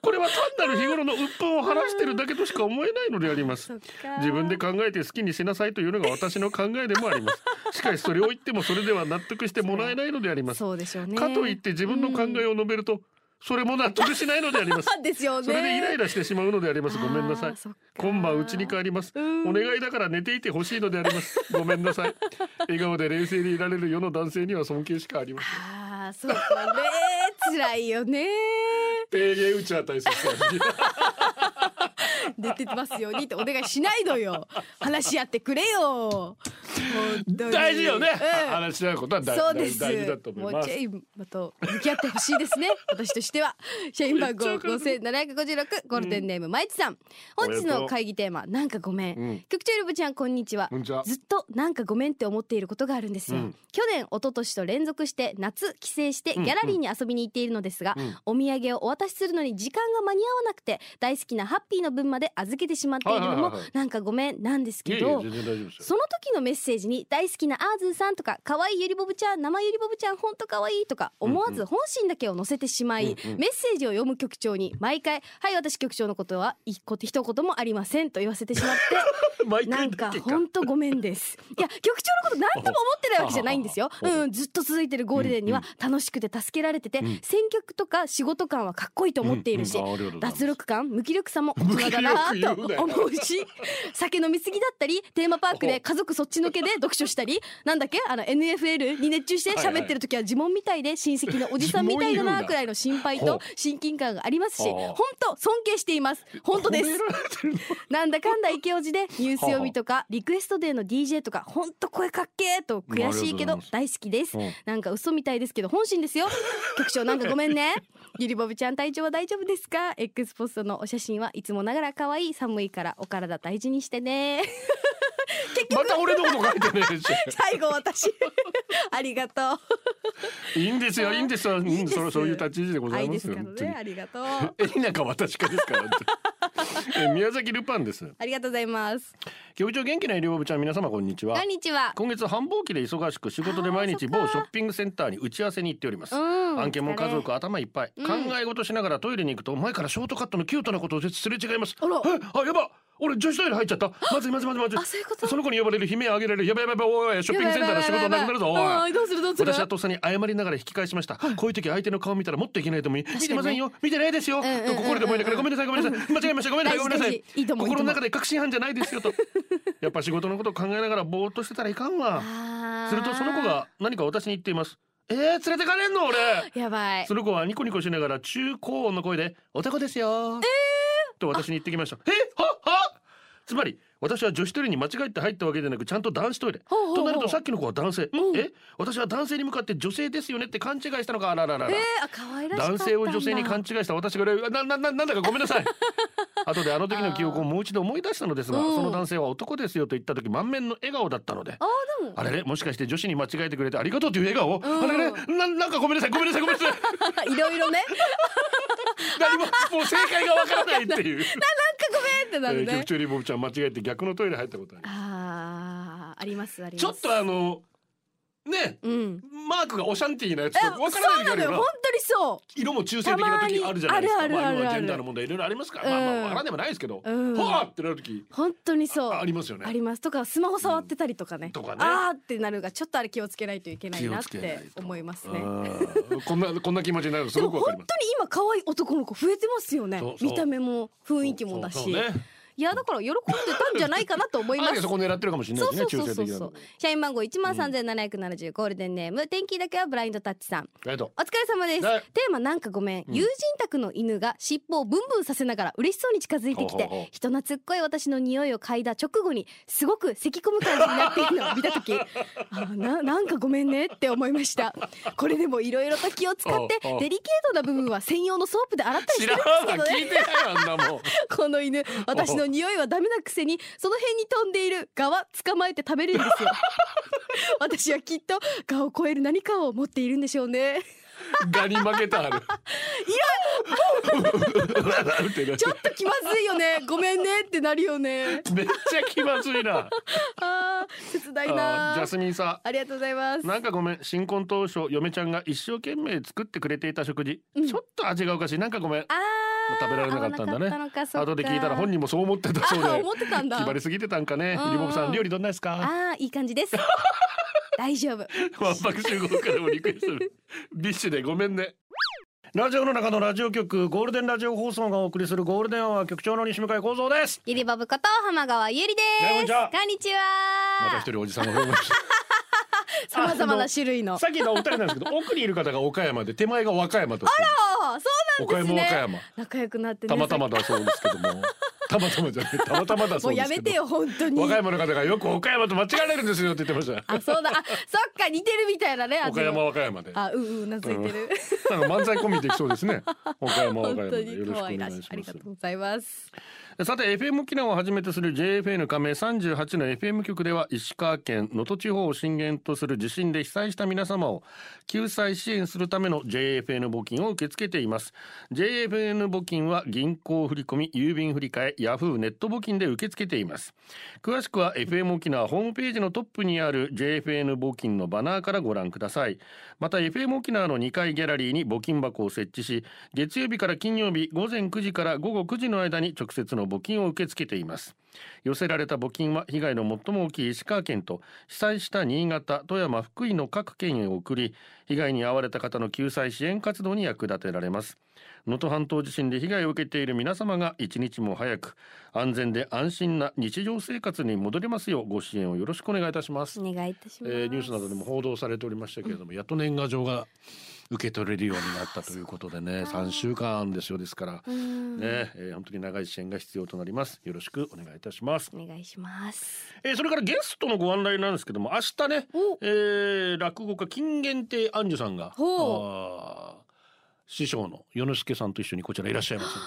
Speaker 1: これは単なる日頃の鬱憤を晴らしてるだけとしか思えないのであります
Speaker 2: そっか
Speaker 1: 自分で考えて好きにしなさいというのが私の考えでもありますしかしそれを言ってもそれでは納得してもらえないのであります
Speaker 2: そうでしょうね
Speaker 1: かといって自分の考えを述べるとそれも納得しないのであります
Speaker 2: うんですよね
Speaker 1: それでイライ
Speaker 2: ラ
Speaker 1: ラしてしまうのでありますごめんなさい今晩うちに帰ります
Speaker 2: うん
Speaker 1: お願いだから寝ていてほしいのであります ごめんなさい笑顔で冷静でいられる世の男性には尊敬しかありま せん
Speaker 2: ああそうかね辛いよね
Speaker 1: 定芸打ちは大切
Speaker 2: 出てますようにってお願いしないのよ話し合ってくれよ本当に
Speaker 1: 大事よね、
Speaker 2: うん
Speaker 1: 話し合うことは大
Speaker 2: そうです。
Speaker 1: 大事だと思い
Speaker 2: も
Speaker 1: ま
Speaker 2: う
Speaker 1: す
Speaker 2: チェインまと向き合ってほしいで すね。私としては。社員番号五千七百五十六ゴールデンネームまいちさん。本日の会議テーマなんかごめん。
Speaker 1: うん
Speaker 2: 局長ゆるぶちゃんこんにちは
Speaker 1: こん。にちは
Speaker 2: ずっとなんかごめんって思っていることがあるんですよ、
Speaker 1: うん
Speaker 2: 去年一昨年と連続して夏帰省してギ
Speaker 1: ん
Speaker 2: ャラリーに遊びに行っているのですが、
Speaker 1: うん
Speaker 2: お土産をお渡しするのに時間が間に合わなくて大好きなハッピーの分まで預けてしまっているの
Speaker 1: はいはい
Speaker 2: も
Speaker 1: はいはい
Speaker 2: なんかごめんなんです
Speaker 1: いや
Speaker 2: け
Speaker 1: いや
Speaker 2: ど
Speaker 1: 全然大丈夫です
Speaker 2: その時のメッセージに大好きなアーズーさんとか可愛いゆりぼぶちゃん生ゆりぼぶちゃんほんと可愛いとか思わず本心だけを載せてしまい、
Speaker 1: うんうん
Speaker 2: メッセージを読む局長に毎回「はい私局長のことは一個一言もありません」と言わせて しまっ
Speaker 1: よ毎
Speaker 2: てな
Speaker 1: 回
Speaker 2: ん
Speaker 1: だ
Speaker 2: か
Speaker 1: っけ
Speaker 2: ほんとごめ んですいや局長のこと何とも思ってないわけじゃないんですよ、うん、ずっと続いてるゴールデンには楽しくて助けられてて、
Speaker 1: うん
Speaker 2: 選曲とか仕事感はかっこいいと思っているし、
Speaker 1: うんうんあありがとうございます
Speaker 2: 脱力感無気力さも大人だな
Speaker 1: 無気力言うな
Speaker 2: と
Speaker 1: よ
Speaker 2: 思うし酒飲みすぎだったりテーマパークで家族そっちのけで 読書したりなんだっけあの NFL に熱中して喋ってる時は呪文みたいで親戚のおじさんみたいだ
Speaker 1: 呪文言う
Speaker 2: な
Speaker 1: な
Speaker 2: くらいの心配
Speaker 1: ほう
Speaker 2: と親近感がありますし
Speaker 1: ああ
Speaker 2: 本当尊敬しています本当です
Speaker 1: 褒められ てるの
Speaker 2: なんだかんだイケオ ジでニュース読みとかリクエストデーの DJ とかほんと声かっけーと悔しいけ
Speaker 1: ありがとうござい
Speaker 2: ど
Speaker 1: ます
Speaker 2: 大好きです
Speaker 1: うん
Speaker 2: なんか嘘みたいですけど本心ですよ局長なんかごめんね ゆりぼぶちゃん体調は大丈夫ですか X ポストのお写真はいつもながら可愛い寒いからお体大事にし てね
Speaker 1: また俺のこと書いてねえし
Speaker 2: 最後私 ありがと
Speaker 1: いいんですよいいんですよ、うん、
Speaker 2: いいんです
Speaker 1: それそういう立ち位置でご
Speaker 2: う
Speaker 1: ざい
Speaker 2: 愛
Speaker 1: ま
Speaker 2: ですす
Speaker 1: よ
Speaker 2: から
Speaker 1: 本当に
Speaker 2: ねありがとう
Speaker 1: え田舎は確かですからえ宮崎ルパンです
Speaker 2: ありがとうございます
Speaker 1: 局長元気な医療部ちゃん皆様こんにちは
Speaker 2: こんにちは
Speaker 1: 今月繁忙期で忙しく仕事で毎日某ショッピングセンターに打ち合わせに行っております、
Speaker 2: うん
Speaker 1: 案件も家
Speaker 2: お疲れ
Speaker 1: 族頭いっぱい、
Speaker 2: ん
Speaker 1: 考え事しながらトイレに行くと前からショートカットのキュートなことをすれ違います
Speaker 2: あら
Speaker 1: えあやば俺女子トイレ入っちゃったまずいまずいまずいまずい
Speaker 2: あそういうこと
Speaker 1: その子に呼ばれる悲鳴あげられるやばいやばいやばいおいおいショッピングセンターの仕事なくなるぞおい
Speaker 2: やばいやばいやばいうんどうするどうす る
Speaker 1: 私はとっさに謝りながら引き返しました、こういう時相手の顔見たらもっといけないと思い、見てませんよ見てないですよ、
Speaker 2: んうんうんうん
Speaker 1: と心で思いながらごめんなさいごめんなさい間違えましたごめんなさい
Speaker 2: 大事
Speaker 1: ごめんなさい
Speaker 2: 大事いいと思う
Speaker 1: 心の中で確信犯じゃないですよとやっぱ仕事のことを考えながらぼーっとしてたらいかんわ
Speaker 2: あー
Speaker 1: するとその子が何か私に言っていますえー、連れてかれんの俺
Speaker 2: やばい
Speaker 1: その子はニコニコしながら中高音の声で「男ですよ」と私に言ってきました。えははつまり私は女子トイレに間違えて入ったわけでなくちゃんと男子トイレ。
Speaker 2: ほうほうほう
Speaker 1: となるとさっきの子は男性。ん
Speaker 2: うん
Speaker 1: え私は男性に向かって女性ですよねって勘違いしたのかあらららら。
Speaker 2: えー、あ可愛らしかったん
Speaker 1: 男
Speaker 2: だ
Speaker 1: 性を女性に勘違いした私がななななんだかごめんな さい後であの時の記憶をもう一度思い出したのですが、
Speaker 2: うん
Speaker 1: その男性は男ですよと言った時満面の笑顔だったので
Speaker 2: あーでも
Speaker 1: あれれもしかして女子に間違えてくれてありがとうという笑顔、あれれななんかごめんなさいごめんなさいごめ んなさい
Speaker 2: いろいろね。
Speaker 1: 何ももう正解がわからないっていう、
Speaker 2: って
Speaker 1: え
Speaker 2: なる
Speaker 1: ー、局
Speaker 2: ね。
Speaker 1: 長リボブちゃん間違えて逆のトイレ入ったことある
Speaker 2: ああ、ありますあります。
Speaker 1: ちょっとあのね
Speaker 2: うん。
Speaker 1: マークがオシャンティーなやつ
Speaker 2: え、
Speaker 1: とわ
Speaker 2: そ
Speaker 1: からな
Speaker 2: う
Speaker 1: い時
Speaker 2: な
Speaker 1: あ
Speaker 2: の
Speaker 1: るよ
Speaker 2: よ。
Speaker 1: な
Speaker 2: 本当にそ
Speaker 1: 色も中性的な時あるじゃないですかま
Speaker 2: たまに
Speaker 1: あ
Speaker 2: あるあるあるある
Speaker 1: 今はジェンダーの問題いろいろありますから、まあまあ
Speaker 2: うん
Speaker 1: わからんでもないですけど、
Speaker 2: うん
Speaker 1: はあってなる時
Speaker 2: う。本当にそう。
Speaker 1: あありますよね
Speaker 2: ありますとかスマホ触ってたりとかね。
Speaker 1: とかね
Speaker 2: あーってなるがちょっとあれ気をつけないといけないな
Speaker 1: 気
Speaker 2: っ
Speaker 1: をつけない
Speaker 2: て
Speaker 1: と
Speaker 2: 思いますね。
Speaker 1: うんこんなこんな気持ちになるのす
Speaker 2: で
Speaker 1: ご
Speaker 2: も
Speaker 1: く
Speaker 2: 本
Speaker 1: わか
Speaker 2: 当
Speaker 1: り
Speaker 2: に
Speaker 1: ます
Speaker 2: 今可愛い男の子増えてますよね
Speaker 1: そう。そう
Speaker 2: 見た目も雰囲気もだ
Speaker 1: そう
Speaker 2: し
Speaker 1: そう。ね
Speaker 2: いやだから喜んでたんじゃないかなと思い
Speaker 1: あ
Speaker 2: ま
Speaker 1: るい
Speaker 2: す
Speaker 1: はそこ狙ってるかもしれない
Speaker 2: そう
Speaker 1: です
Speaker 2: そ
Speaker 1: ね
Speaker 2: うそう
Speaker 1: 中性
Speaker 2: そう
Speaker 1: 的
Speaker 2: そ
Speaker 1: な
Speaker 2: う社員番号1万3770ゴールデンネーム天気だけはブラインドタッチさん
Speaker 1: ありが と
Speaker 2: お疲れ様です
Speaker 1: う
Speaker 2: テ
Speaker 1: だ
Speaker 2: ーマなんかごめん、
Speaker 1: うん
Speaker 2: 友人宅の犬が尻尾をブンブンさせながら嬉しそうに近づいてき
Speaker 1: ほうほうほう
Speaker 2: て人懐っこい私の匂いを嗅いだ直後にすごく咳き込む感じになっているのを見た 時あーななんかごめんねって思いましたこれでもいろいろと気を使って
Speaker 1: おうおう
Speaker 2: デリケートな部分は専用のソープで洗ったりし
Speaker 1: 知
Speaker 2: てる
Speaker 1: ら
Speaker 2: ん
Speaker 1: ん
Speaker 2: で
Speaker 1: わ
Speaker 2: すけどね
Speaker 1: 聞いてないあんなもん
Speaker 2: この犬私の匂いはダメなくせにその辺に飛んでいるガは捕まえて食べるん ですよ私はきっとガを超える何かを持っているんでしょうね
Speaker 1: ガに負けたある いやってな
Speaker 2: ちょっと気まずいよ ねごめんねってなるよね
Speaker 1: めっちゃ気まずい な
Speaker 2: あー切ない
Speaker 1: あー
Speaker 2: な
Speaker 1: ジ
Speaker 2: あ
Speaker 1: ャスミンさん
Speaker 2: りがとうござい ます
Speaker 1: なんかごめん新婚当初嫁ちゃんが一生懸命作ってくれていた食事、
Speaker 2: うん
Speaker 1: ちょっと味がおかしいなんかごめん
Speaker 2: あー
Speaker 1: 食べられなかったんだね
Speaker 2: 合わなかったのかそっか
Speaker 1: 後で聞いたら本人もそう思ってたそう
Speaker 2: あー
Speaker 1: で
Speaker 2: 思ってたんだ
Speaker 1: 気張りすぎてたんかね
Speaker 2: うんうん
Speaker 1: リボブさん料理どんなですか
Speaker 2: あーいい感じ です大丈夫
Speaker 1: ワンパク集合からもリクエスト ビッシュでごめんねラジオの中のラジオ局ゴールデンラジオ放送がお送りするゴールデンアワー局長の西向井光三です
Speaker 3: ゆりバブこと浜川ゆりで
Speaker 1: はいこん
Speaker 3: す
Speaker 1: にちは
Speaker 3: こんにち
Speaker 1: また
Speaker 3: は
Speaker 1: 一人おじさんが増えまし
Speaker 2: さまざまな種類
Speaker 1: た
Speaker 2: の
Speaker 1: さっきのお二人なんですけど奥にいる方が岡山で手前が和歌山と
Speaker 2: あーそう
Speaker 1: 岡
Speaker 2: なんです
Speaker 1: 山
Speaker 2: ね
Speaker 1: 和歌山
Speaker 2: 仲良くなってね
Speaker 1: たまたまだそうですけど もたまたまじゃないたまたまだ
Speaker 2: も
Speaker 1: そううで
Speaker 2: や
Speaker 1: すけど
Speaker 2: めてよ本当に
Speaker 1: 和歌山の方がよく岡山と間違えられるんですよって言ってまし
Speaker 2: あそうだあそっか似てるみたいなね
Speaker 1: た
Speaker 2: あ
Speaker 1: 岡
Speaker 2: で
Speaker 1: 山
Speaker 2: も
Speaker 1: 和歌山でなんか
Speaker 2: あうんうんうなずいてる、
Speaker 1: 漫才コンビできそうです ね岡山和
Speaker 2: 本
Speaker 1: 歌山
Speaker 2: 当
Speaker 1: でよろし
Speaker 2: に
Speaker 1: くお
Speaker 2: 可
Speaker 1: 願
Speaker 2: 愛
Speaker 1: い
Speaker 2: らしいあり
Speaker 1: し
Speaker 2: がとう
Speaker 1: ま
Speaker 2: ございます
Speaker 1: すさて FM 沖縄をはじめとする JFN 加盟38の FM 局では石川県能登地方を震源とする地震で被災した皆様を救済支援するための JFN 募金を受け付けています JFN 募金は銀行振込郵便振替ヤフーネット募金で受け付けています詳しくは FM 沖縄ホームページのトップにある JFN 募金のバナーからご覧くださいまた FM 沖縄の2階ギャラリーに募金箱を設置し月曜日から金曜日午前9時から午後9時の間に直接の募金を受け付けています寄せられた募金は被害の最も大きい石川県と被災した新潟富山福井の各県へ送り被害に遭われた方の救済支援活動に役立てられます能登半島地震で被害を受けている皆様が一日も早く安全で安心な日常生活に戻れますようご支援をよろしくお願いいたします、
Speaker 3: お願いいたします、
Speaker 1: えーニュースなどでも報道されておりましたけれども、やっと年賀状が受け取れるようになったということでね3週間あるんですよですから、
Speaker 3: うん
Speaker 1: ねえー本当に長い支援が必要となりますよろしくお願いいたします、
Speaker 3: お願いします
Speaker 1: えーそれからゲストのご案内なんですけども明日ね、
Speaker 2: お
Speaker 1: えー落語家金元亭安寿さんがあー師匠の与之助さんと一緒にこちらいらっしゃいますので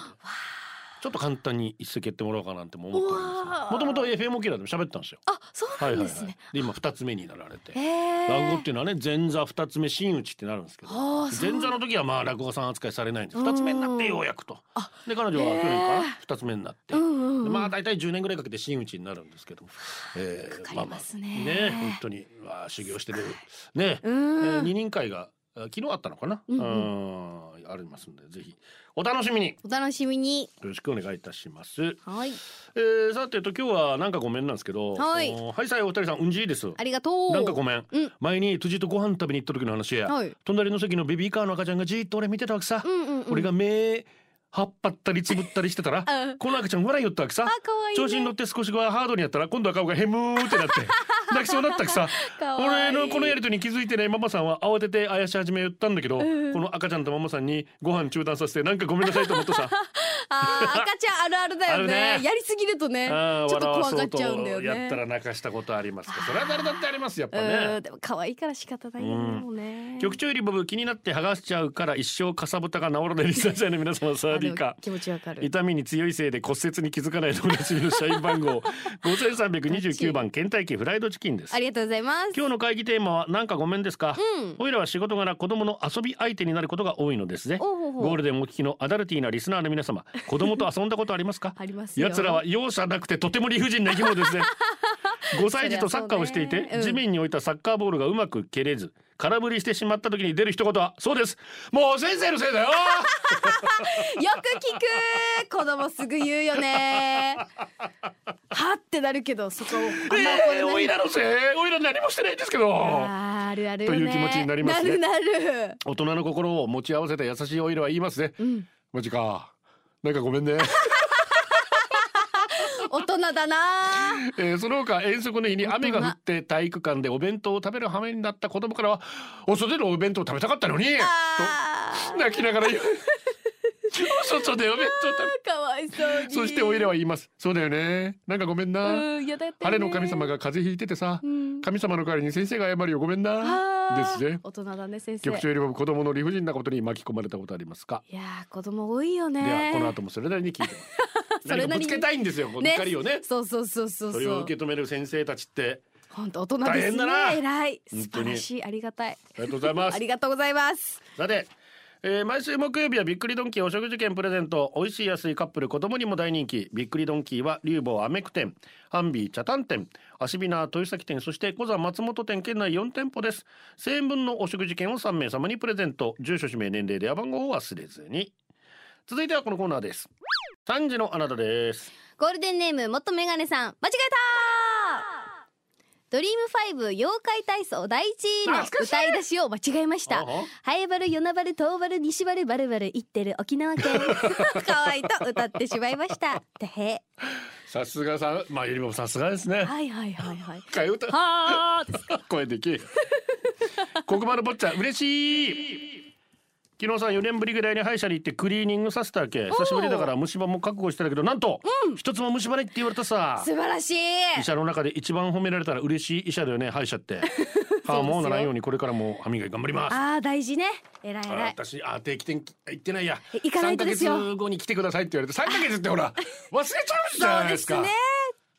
Speaker 1: ちょっと簡単に一席やってもらおうかなっても思っておりますもともと FM 沖縄でも喋ったんですよ
Speaker 2: あそう
Speaker 1: はいはい、はい
Speaker 2: ですね、
Speaker 1: で今二つ目になられて、
Speaker 2: へー
Speaker 1: 落語っていうのはね前座二つ目真打ちってなるんですけど
Speaker 2: あーそう
Speaker 1: 前座の時はまあ落語さん扱いされないんです二つ目になってようやくとで彼女は去年から二つ目になって、でまあ大体10年ぐらいかけて真打ちになるんですけども、えー
Speaker 2: かかりますね
Speaker 1: まあまあね本当に、まあ、修行してるね、えー二人会があ昨日あったのかな、うんありますんでぜひお楽しみによ
Speaker 3: お楽しみに
Speaker 1: ろしくお願いいたします。
Speaker 3: はい
Speaker 1: えー、さてえっと今日はなんかごめんなんですけど、
Speaker 3: はい
Speaker 1: おはいさいお二人さんうんじいです。
Speaker 3: ありがとう
Speaker 1: なんかごめん、
Speaker 3: うん
Speaker 1: 前に辻とご飯食べに行った時の話や、
Speaker 3: はい
Speaker 1: 隣の席のベビーカーの赤ちゃんがじーっと俺見てたわけさ、
Speaker 3: うんうんうん
Speaker 1: 俺が目はっぱったりつぶったりしてたら、
Speaker 3: うん
Speaker 1: この赤ちゃん笑いよったわけさ
Speaker 3: あ可愛いね
Speaker 1: 調子に乗って少しはハードにやったら今度は顔がヘムーってなって泣きそうになったわけさ
Speaker 3: 可愛
Speaker 1: 俺
Speaker 3: い
Speaker 1: のこのやりとりに気づいてないママさんは慌ててあやし始め言ったんだけど、この赤ちゃんとママさんにご飯中断させてなんかごめんなさいと思ってさ
Speaker 2: あ ー赤ちゃんあるあるだよ
Speaker 1: あ
Speaker 2: ね
Speaker 1: るね
Speaker 2: やりすぎるとねち
Speaker 1: あー
Speaker 2: ょっと
Speaker 1: 笑わ
Speaker 2: 怖
Speaker 1: そ
Speaker 2: がっ
Speaker 1: うと
Speaker 2: ちゃうんだよね
Speaker 1: やったら泣かしたことありますかそれは誰だってありますやっぱね
Speaker 2: うんでも可愛いから仕方ないよねもうね
Speaker 1: 局長よりボブ気になって剥がしちゃうから一生かさぶたが治らないリサーチャーの皆様サーディーカ
Speaker 2: あでも気持ちわかる
Speaker 1: 痛みに強いせいで骨折に気づかないとおなじみの社員番号5329番倦怠期フライドチキンです
Speaker 3: ありがとうございます
Speaker 1: 今日の会議テーマはなんかごめんですか、おいらは仕事柄子供の遊び相手になることが多いのですね
Speaker 3: おうほうほう
Speaker 1: ゴールデンお聞きのアダルティーなリスナーの皆様子供と遊んだことありますか
Speaker 2: ありますよ
Speaker 1: 奴らは容赦なくてとても理不尽な生き物ですね5歳児とサッカーをしていて、
Speaker 3: そりゃそうねうん
Speaker 1: 地面に置いたサッカーボールがうまく蹴れず空振りしてしまった時に出る一言はそうですもう先生のせいだよ
Speaker 2: よく聞く子供すぐ言うよ ねはってなるけどそこをあんま
Speaker 1: ええ
Speaker 2: 怒ら
Speaker 1: お
Speaker 2: ないい
Speaker 1: らのせいおいら何もしてないんですけど
Speaker 2: あーあるあるよね
Speaker 1: という気持ちになりますね
Speaker 2: なるなる
Speaker 1: 大人の心を持ち合わせた優しいおいらは言いますね、マジかなんかごめんね
Speaker 2: 人だな
Speaker 1: えーその他遠足の日に雨が降って体育館でお弁当を食べる羽目になった子供からは「お外でのお弁当食べたかったのに!」
Speaker 2: あ
Speaker 1: と泣きな がら言うお外でお弁当食べ
Speaker 2: ーかわいそうに
Speaker 1: そしておいらは言いますそうだよねなんかごめんな、
Speaker 2: うんやだやったよ
Speaker 1: 晴
Speaker 2: ね
Speaker 1: れの神様が風邪ひいててさ、
Speaker 2: うん
Speaker 1: 神様の代わりに先生が謝るよごめん
Speaker 2: あ
Speaker 1: なで
Speaker 2: ー
Speaker 1: すね
Speaker 2: 大人だね先生
Speaker 1: 局長よりも子供の理不尽なことに巻き込まれたことありますか、
Speaker 2: いやー子供多いよね
Speaker 1: ではこの後もそれなりに聞いてます
Speaker 2: それ
Speaker 1: 何か
Speaker 2: な
Speaker 1: ぶ
Speaker 2: りに
Speaker 1: つけたいんですよ、この怒りをね
Speaker 2: そうそうそうそう
Speaker 1: それを受け止める先生たちって
Speaker 2: 本当大人です
Speaker 1: 大変
Speaker 2: ね
Speaker 1: だな
Speaker 2: 偉い
Speaker 1: 本
Speaker 2: 素
Speaker 1: 当
Speaker 2: 晴
Speaker 1: に
Speaker 2: らしいありがたい
Speaker 1: ありがとうございま
Speaker 2: あ
Speaker 1: す
Speaker 2: りがとうございます
Speaker 1: さて、えー毎週木曜日はびっくりドンキーお食事券プレゼント美味しい安いカップル子供にも大人気びっくりドンキーは竜坊アメク店ハンビー茶炭店アシビナー豊崎店そして小座松本店県内4店舗です1000円分のお食事券を3名様にプレゼント住所氏名年齢電話番号を忘れずに続いてはこのコーナーです3時のあなたです
Speaker 3: ゴールデンネームもっとメガネさん間違えたドリームファイブ妖怪体操第1位の歌い出しを間違えました
Speaker 1: ああ
Speaker 3: ハエバル、ヨナバル、トーバル、ニシバル、バルバル、言ってる沖縄県。 可愛いと歌ってしまいました。てへ。
Speaker 1: さすがさんまあゆりもさすがですね
Speaker 2: はいはいはいはい
Speaker 1: 替え歌
Speaker 2: はーです
Speaker 1: 声でけえよ 黒板の坊ちゃん嬉しい昨日さ4年ぶりぐらいに歯医者に行ってクリーニングさせたわけ久しぶりだから虫歯も覚悟してたけどなんと、一つも虫歯ないって言われたさ
Speaker 2: 素晴らしい
Speaker 1: 医者の中で一番褒められたら嬉しい医者だよね歯医者って 歯もうならんようにこれからも歯磨き頑張ります
Speaker 2: あー大事ね偉い
Speaker 1: あ
Speaker 2: 偉い
Speaker 1: 私あ定期点行ってないや
Speaker 2: 行かないとですよ
Speaker 1: 3ヶ月後に来てくださいって言われて3ヶ月ってほ ら忘れちゃうじゃないですか
Speaker 2: そうですね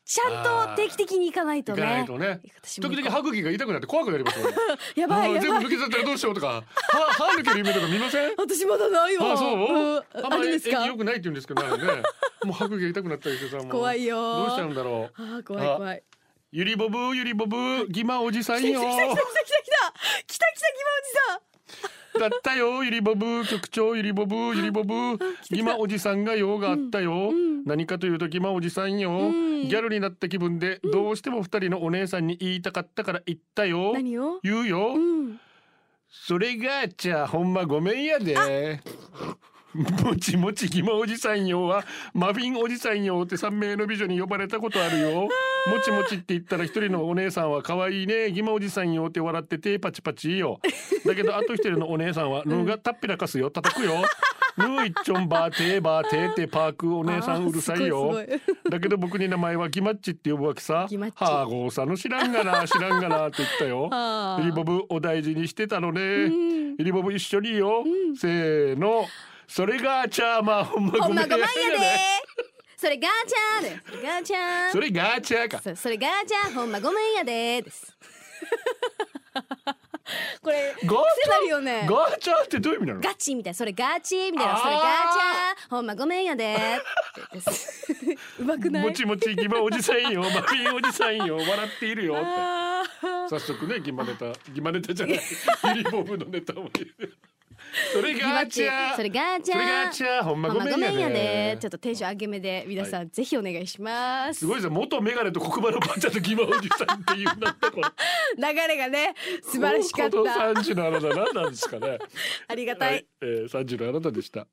Speaker 2: ちゃんと定期的に行かないと
Speaker 1: 行
Speaker 2: ね
Speaker 1: かないとね
Speaker 2: 私も行
Speaker 1: 時
Speaker 2: こう
Speaker 1: 々歯茎が痛くなって怖くなりますよね
Speaker 2: やばい
Speaker 1: もう
Speaker 2: やば
Speaker 1: 全部
Speaker 2: い
Speaker 1: 抜けちゃったらどうしようとか歯歯抜ける夢とか見ません
Speaker 2: 私まだないわ
Speaker 1: あ そう、
Speaker 2: ん
Speaker 1: あん
Speaker 2: あ
Speaker 1: ま
Speaker 2: る
Speaker 1: り
Speaker 2: んで
Speaker 1: 縁
Speaker 2: すか
Speaker 1: 良くないって言うんですけどねあれねもう歯茎が痛くなったりしてさもう
Speaker 2: 怖いよ
Speaker 1: どうしちゃうんだろう
Speaker 2: あー怖い怖い
Speaker 1: ゆりぼぶゆりぼぶギマおじさん よ
Speaker 2: 来た来た来た来た来た来まおじさん
Speaker 1: だったよゆりぼぶ局長ゆりぼぶゆりぼ ぶギマおじさんがようがあったよ、何かというとギマおじさんよ、ギャルになった気分でどうしても二人のお姉さんに言いたかったから言ったよ
Speaker 2: 何を
Speaker 1: 言うよ、
Speaker 2: ん
Speaker 1: それがじゃあほんまごめんやでもちもちぎまおじさんよはマフィンおじさんよって3名の美女に呼ばれたことあるよもちもちって言ったら一人のお姉さんは可愛いねぎまおじさんよって笑っててパチパチよだけどあと一人のお姉さんはぬがたっぴらかすよ叩くよぬいっちょんばーてーばーてーってパークお姉さんうるさいよ
Speaker 2: あーすごいす
Speaker 1: だけど僕に名前はギマッチって呼ぶわけさ
Speaker 2: ギマッチ
Speaker 1: はあごうさんの知らんがな知らんがなって言ったよ
Speaker 2: あー
Speaker 1: ゆりぼぶお大事にしてたのね。 ゆりぼぶ一緒によ。せーの。それがチャーマンほんま
Speaker 3: ほ
Speaker 1: ご
Speaker 3: ん
Speaker 1: め
Speaker 3: まご
Speaker 1: ん
Speaker 3: まんやで
Speaker 1: ね。
Speaker 3: それガチャー です。ガチャ
Speaker 1: それがチャーか。
Speaker 3: ー。そそれガチャー、ほんまごめんやで です。
Speaker 2: これ
Speaker 1: ガチ
Speaker 2: なるよ
Speaker 1: ャ
Speaker 2: ね
Speaker 1: ー。ガチャーってどういう意味なの。
Speaker 3: ガチみたいな、それガチみたいな、それガチャー、ほんまごめんやでってです
Speaker 2: うまくない
Speaker 1: もちもちギマおじさんよ、マフィンおじさんよ、笑っているよって。
Speaker 2: あー
Speaker 1: 早速ね、ギマネタ、ギマネタじゃない。ゆりぼぶのネタを入れる。それがチャー。
Speaker 3: それガチャー
Speaker 1: それがチャー、ほんま
Speaker 3: ほん
Speaker 1: ご
Speaker 3: ま
Speaker 1: め
Speaker 3: ご
Speaker 1: ん
Speaker 3: め
Speaker 1: や
Speaker 3: んやで
Speaker 1: で
Speaker 2: ちょ。っとテンション上げ目で皆さん、ぜひお願いします
Speaker 1: すごいぞ、元メガネと黒板のパンチャとギマおじさんっていうなったこれ。
Speaker 2: 流れがね素晴らしかっ
Speaker 1: この
Speaker 2: た
Speaker 1: 三時のあなた何なんですかね。
Speaker 2: ありがた、
Speaker 1: はいい、えー、三時のあなたでした。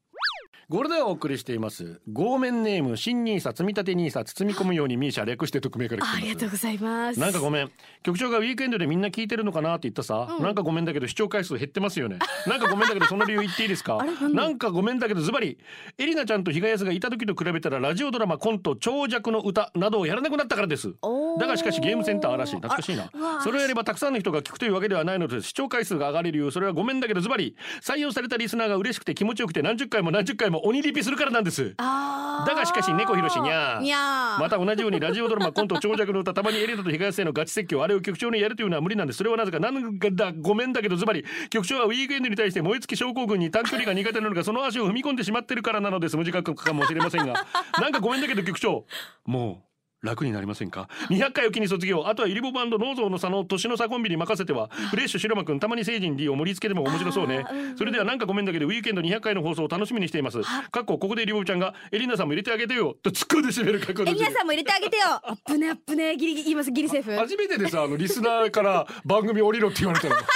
Speaker 1: ゴールデンをお送りしています。ゴーメンネーム新ニーサ積み立てニーサ包み込むようにミーシャ略して匿名から来て
Speaker 2: あ
Speaker 1: ます
Speaker 2: りがとうございます
Speaker 1: なんかごめん局長がウィークエンドでみんな聞いてるのかなって言ったさ、なんかごめんだけど視聴回数減ってますよ ねなんかごめんだけどその理由言っていいですかなんかごめんだけどズバリエリナちゃんと日賀安がいた時と比べたらラジオドラマコント長尺の歌などをやらなくなったからですだがしかしゲームセンター嵐懐かしいなそれをやればたくさんの人が聞くというわけではないので視聴回数が上がる理由それはごめんだけどズバリ採用されたリスナーが嬉しくて気持ちよくて何十回も何十回も鬼リピするからなんです
Speaker 2: あー
Speaker 1: だがしかし猫ひろしにゃー
Speaker 2: にゃー
Speaker 1: また同じようにラジオドラマコント長尺の歌たまにエリナと東へのガチ説教あれを局長にやるというのは無理なんですそれはなぜかなんかだごめんだけどズバリ局長はウィークエンドに対して燃え尽き症候群に短距離が苦手なのかその足を踏み込んでしまってるからなのです無自覚かもしれませんがなんかごめんだけど局長もう楽になりませんか200回を機に卒業あとはイリボバンドノーゾーの差の年の差コンビに任せてはフレッシュ白間くんたまに成人 D を盛り付けても面白そうね、それではなんかごめんだけどウィークエンド200回の放送を楽しみにしていますかっこここでイリボブちゃんがエリナさんも入れてあげてよと突っ込んで締める覚悟で
Speaker 2: え
Speaker 1: す
Speaker 2: 皆さんも入れてあげてよ あっぶねあっぶねギリギリ言いますギリセーフなか
Speaker 1: 初めてでさあのリスナーから 番組降りろって言われ たの
Speaker 2: なか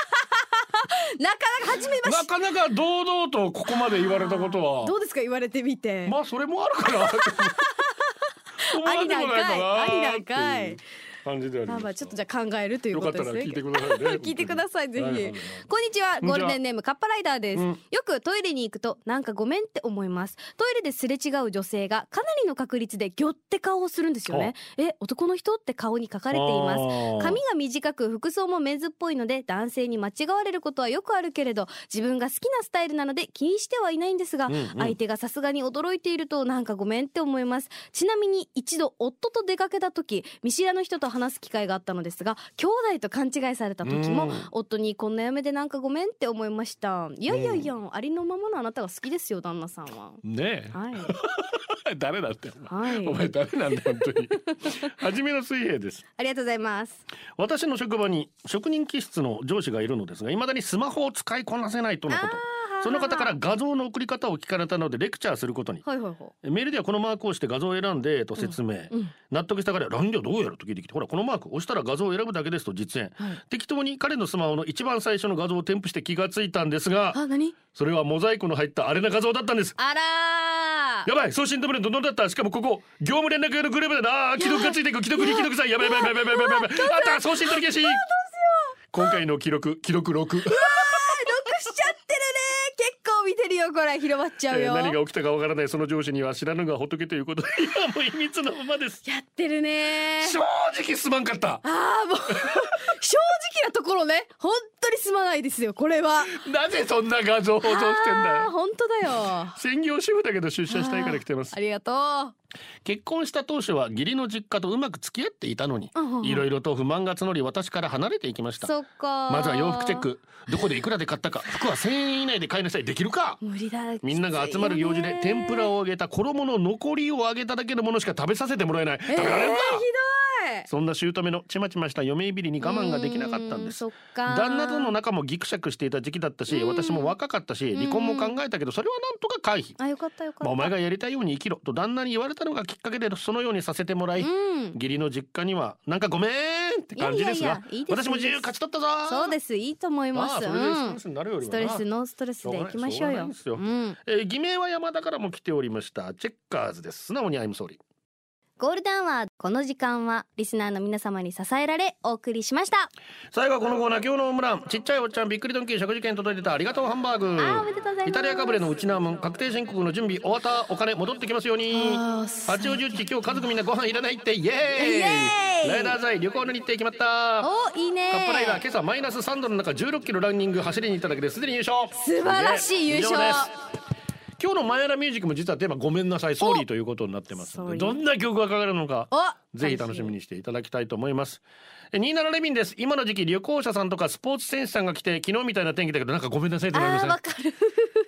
Speaker 2: 初めま
Speaker 1: な
Speaker 2: して
Speaker 1: かなか堂々とここまで言われたことは
Speaker 2: どうですか言われてみて、
Speaker 1: まあそれもあるから
Speaker 2: ありなんかいありなんかい
Speaker 1: 感じであり
Speaker 2: まあ
Speaker 1: ま
Speaker 2: まあ
Speaker 1: す
Speaker 2: ちょっとじゃあ考えるという
Speaker 1: よ
Speaker 2: こ
Speaker 1: かっ
Speaker 2: と
Speaker 1: た
Speaker 2: で
Speaker 1: ら
Speaker 2: すね
Speaker 1: 聞いてくださいね
Speaker 2: 聞いてくださいぜ
Speaker 1: はいはいは
Speaker 2: ひ
Speaker 1: い
Speaker 2: こんにちは
Speaker 1: こんに
Speaker 2: ゴー
Speaker 1: ちは
Speaker 2: ルデンネームカッパライダーです、
Speaker 1: うん
Speaker 2: よくトイレに行くとなんかごめんって思いますトイレですれ違う女性がかなりの確率でギョって顔をするんですよねえ男の人って顔に書かれています
Speaker 1: す
Speaker 2: 髪が短く服装もメンズっぽいので男性に間違われることはよくあるけれど自分が好きなスタイルなので気にしてはいないんですが、
Speaker 1: うんうん
Speaker 2: 相手がさすがに驚いているとなんかごめんって思いますちなみに一度夫と出かけた時見知らぬ人と話す機会があったのですが兄弟と勘違いされた時も、
Speaker 1: うん
Speaker 2: 夫にこんな嫁でなんかごめんって思いましたいやいやいや、ありのままのあなたが好きですよ旦那さんは
Speaker 1: ね
Speaker 2: はい
Speaker 1: え 誰だって
Speaker 2: は
Speaker 1: お前
Speaker 2: い
Speaker 1: 誰なんだ本当 にはじめの水平です
Speaker 2: ありがとうございます
Speaker 1: 私の職場に職人気質の上司がいるのですが未だにスマホを使いこなせないとのことその方から画像の送り方を聞かれたのでレクチャーすることに
Speaker 2: はいはいはい
Speaker 1: メールではこのマークをして画像を選んでと説明、
Speaker 2: うん
Speaker 1: 納得したから LINE ではどうやると聞いてきてほらこのマーク押したら画像を選ぶだけですと実演、
Speaker 2: はい
Speaker 1: 適当に彼のスマホの一番最初の画像を添付して気がついたんですが
Speaker 2: あ何
Speaker 1: それはモザイクの入ったあれな画像だったんです
Speaker 2: あらー
Speaker 1: やばい送信止めるのどんどんだったしかもここ業務連絡用のグループだなあー既読がついていく既読に既読さんやばいやばいやばいやばいやばいやばいあった送信取り消し今回の記録記録6
Speaker 2: 録しちゃってるね結構見てるよこれ広まっちゃう
Speaker 1: えー
Speaker 2: よ、
Speaker 1: 何が起きたかわからないその上司には知らぬが仏という ことで今もう秘密のままです
Speaker 2: やってるね
Speaker 1: 正直すまんかった
Speaker 2: ああもう 正直なところね本当にすまないですよこれは
Speaker 1: なぜそんな画像を放送してんだ
Speaker 2: あー
Speaker 1: よ
Speaker 2: 本当だよ
Speaker 1: 専業主婦だけど出社したいから来てます
Speaker 2: ありがとう
Speaker 1: 結婚した当初は義理の実家とうまく付き合っていたのに
Speaker 2: うんうん
Speaker 1: いろいろと不満が募り私から離れていきました
Speaker 2: そっか
Speaker 1: まずは洋服チェックどこでいくらで買ったか服は1,000円以内で買いなさいできるか
Speaker 2: 無理だ
Speaker 1: みんなが集まる行事で天ぷら
Speaker 2: を
Speaker 1: をあげた衣の残りをあげただけのものしか食べさせてもらえない食べられるかそんな姑のちまちました嫁いびりに我慢ができなかったんです
Speaker 2: そっか
Speaker 1: 旦那との仲もギクシャクしていた時期だったし私も若かったし離婚も考えたけどそれはなんとか回避
Speaker 2: あよかったよかった
Speaker 1: まあお前がやりたいように生きろと旦那に言われたのがきっかけでそのようにさせてもらい
Speaker 2: うん
Speaker 1: 義理の実家にはなんかごめんって感じです
Speaker 2: いやい
Speaker 1: が
Speaker 2: やいやいいです
Speaker 1: 私も自由勝ち取ったぞ
Speaker 2: そうですいいと思いま
Speaker 1: ああ
Speaker 2: す
Speaker 1: それでスト
Speaker 2: うん
Speaker 1: レスになるより
Speaker 2: ス
Speaker 1: は
Speaker 2: トレ
Speaker 1: な
Speaker 2: スノーストレスでいきましょうよ
Speaker 1: しょうが
Speaker 2: う
Speaker 1: なんえー偽名は山田からも来ておりましたチェッカーズです素直にアイムソーリー
Speaker 3: ゴールデンはこの時間はリスナーの皆様に支えられお送りしました
Speaker 1: 最後はこのコーナー今日のオムランちっちゃいおっちゃんびっくりドンキー食事券届いてたありがとうハンバーグ
Speaker 3: あーおめでとうございます
Speaker 1: イタリアかぶれのウチナームン確定申告の準備終わったお金戻ってきますように
Speaker 2: あー
Speaker 1: 八王子うち今日家族みんなご飯いらないってイエ
Speaker 3: イ
Speaker 1: ーイ
Speaker 3: エーイ
Speaker 1: ライダー財旅行の日程決まった
Speaker 3: おいいね
Speaker 1: カップライダー今朝マイナス3度の中16キロランニング走りに行っただけですでに優勝
Speaker 2: 素晴らしい優勝
Speaker 1: ね以上です今日のマイアラミュージックも実はテーマごめんなさいソーリーということになってますの
Speaker 2: ソ
Speaker 1: で
Speaker 2: ーリー
Speaker 1: どんな曲がかかるのか
Speaker 2: お
Speaker 1: ぜひ楽しみにしていただきたいと思いますえ27レビンです今の時期旅行者さんとかスポーツ選手さんが来て昨日みたいな天気だけどなんかごめんなさいってなりませんあ
Speaker 2: か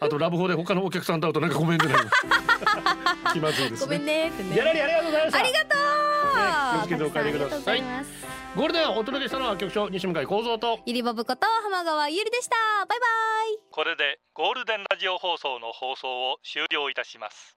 Speaker 2: る
Speaker 1: とラブホで他のお客さんと会うとなんかごめん ってなります気まずいですね
Speaker 2: ごめんねって
Speaker 1: ギャ
Speaker 2: ね
Speaker 1: ラリーありがとうございました
Speaker 2: ありがと
Speaker 1: 気を
Speaker 2: う
Speaker 1: つけてお帰りくださいゴールデンをお届けしたのは局長西向井幸三と
Speaker 3: ゆりぼぶこと浜川ゆりでしたバイバイ
Speaker 4: これでゴールデンラジオ放送の放送を終了いたします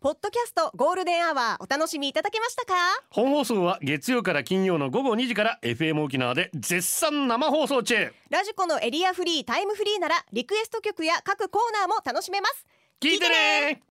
Speaker 5: ポッドキャストゴールデンアワーお楽しみいただけましたか
Speaker 1: 本放送は月曜から金曜の午後2時から FM 沖縄で絶賛生放送中
Speaker 5: ラジコのエリアフリータイムフリーならリクエスト曲や各コーナーも楽しめます
Speaker 1: 聞いてね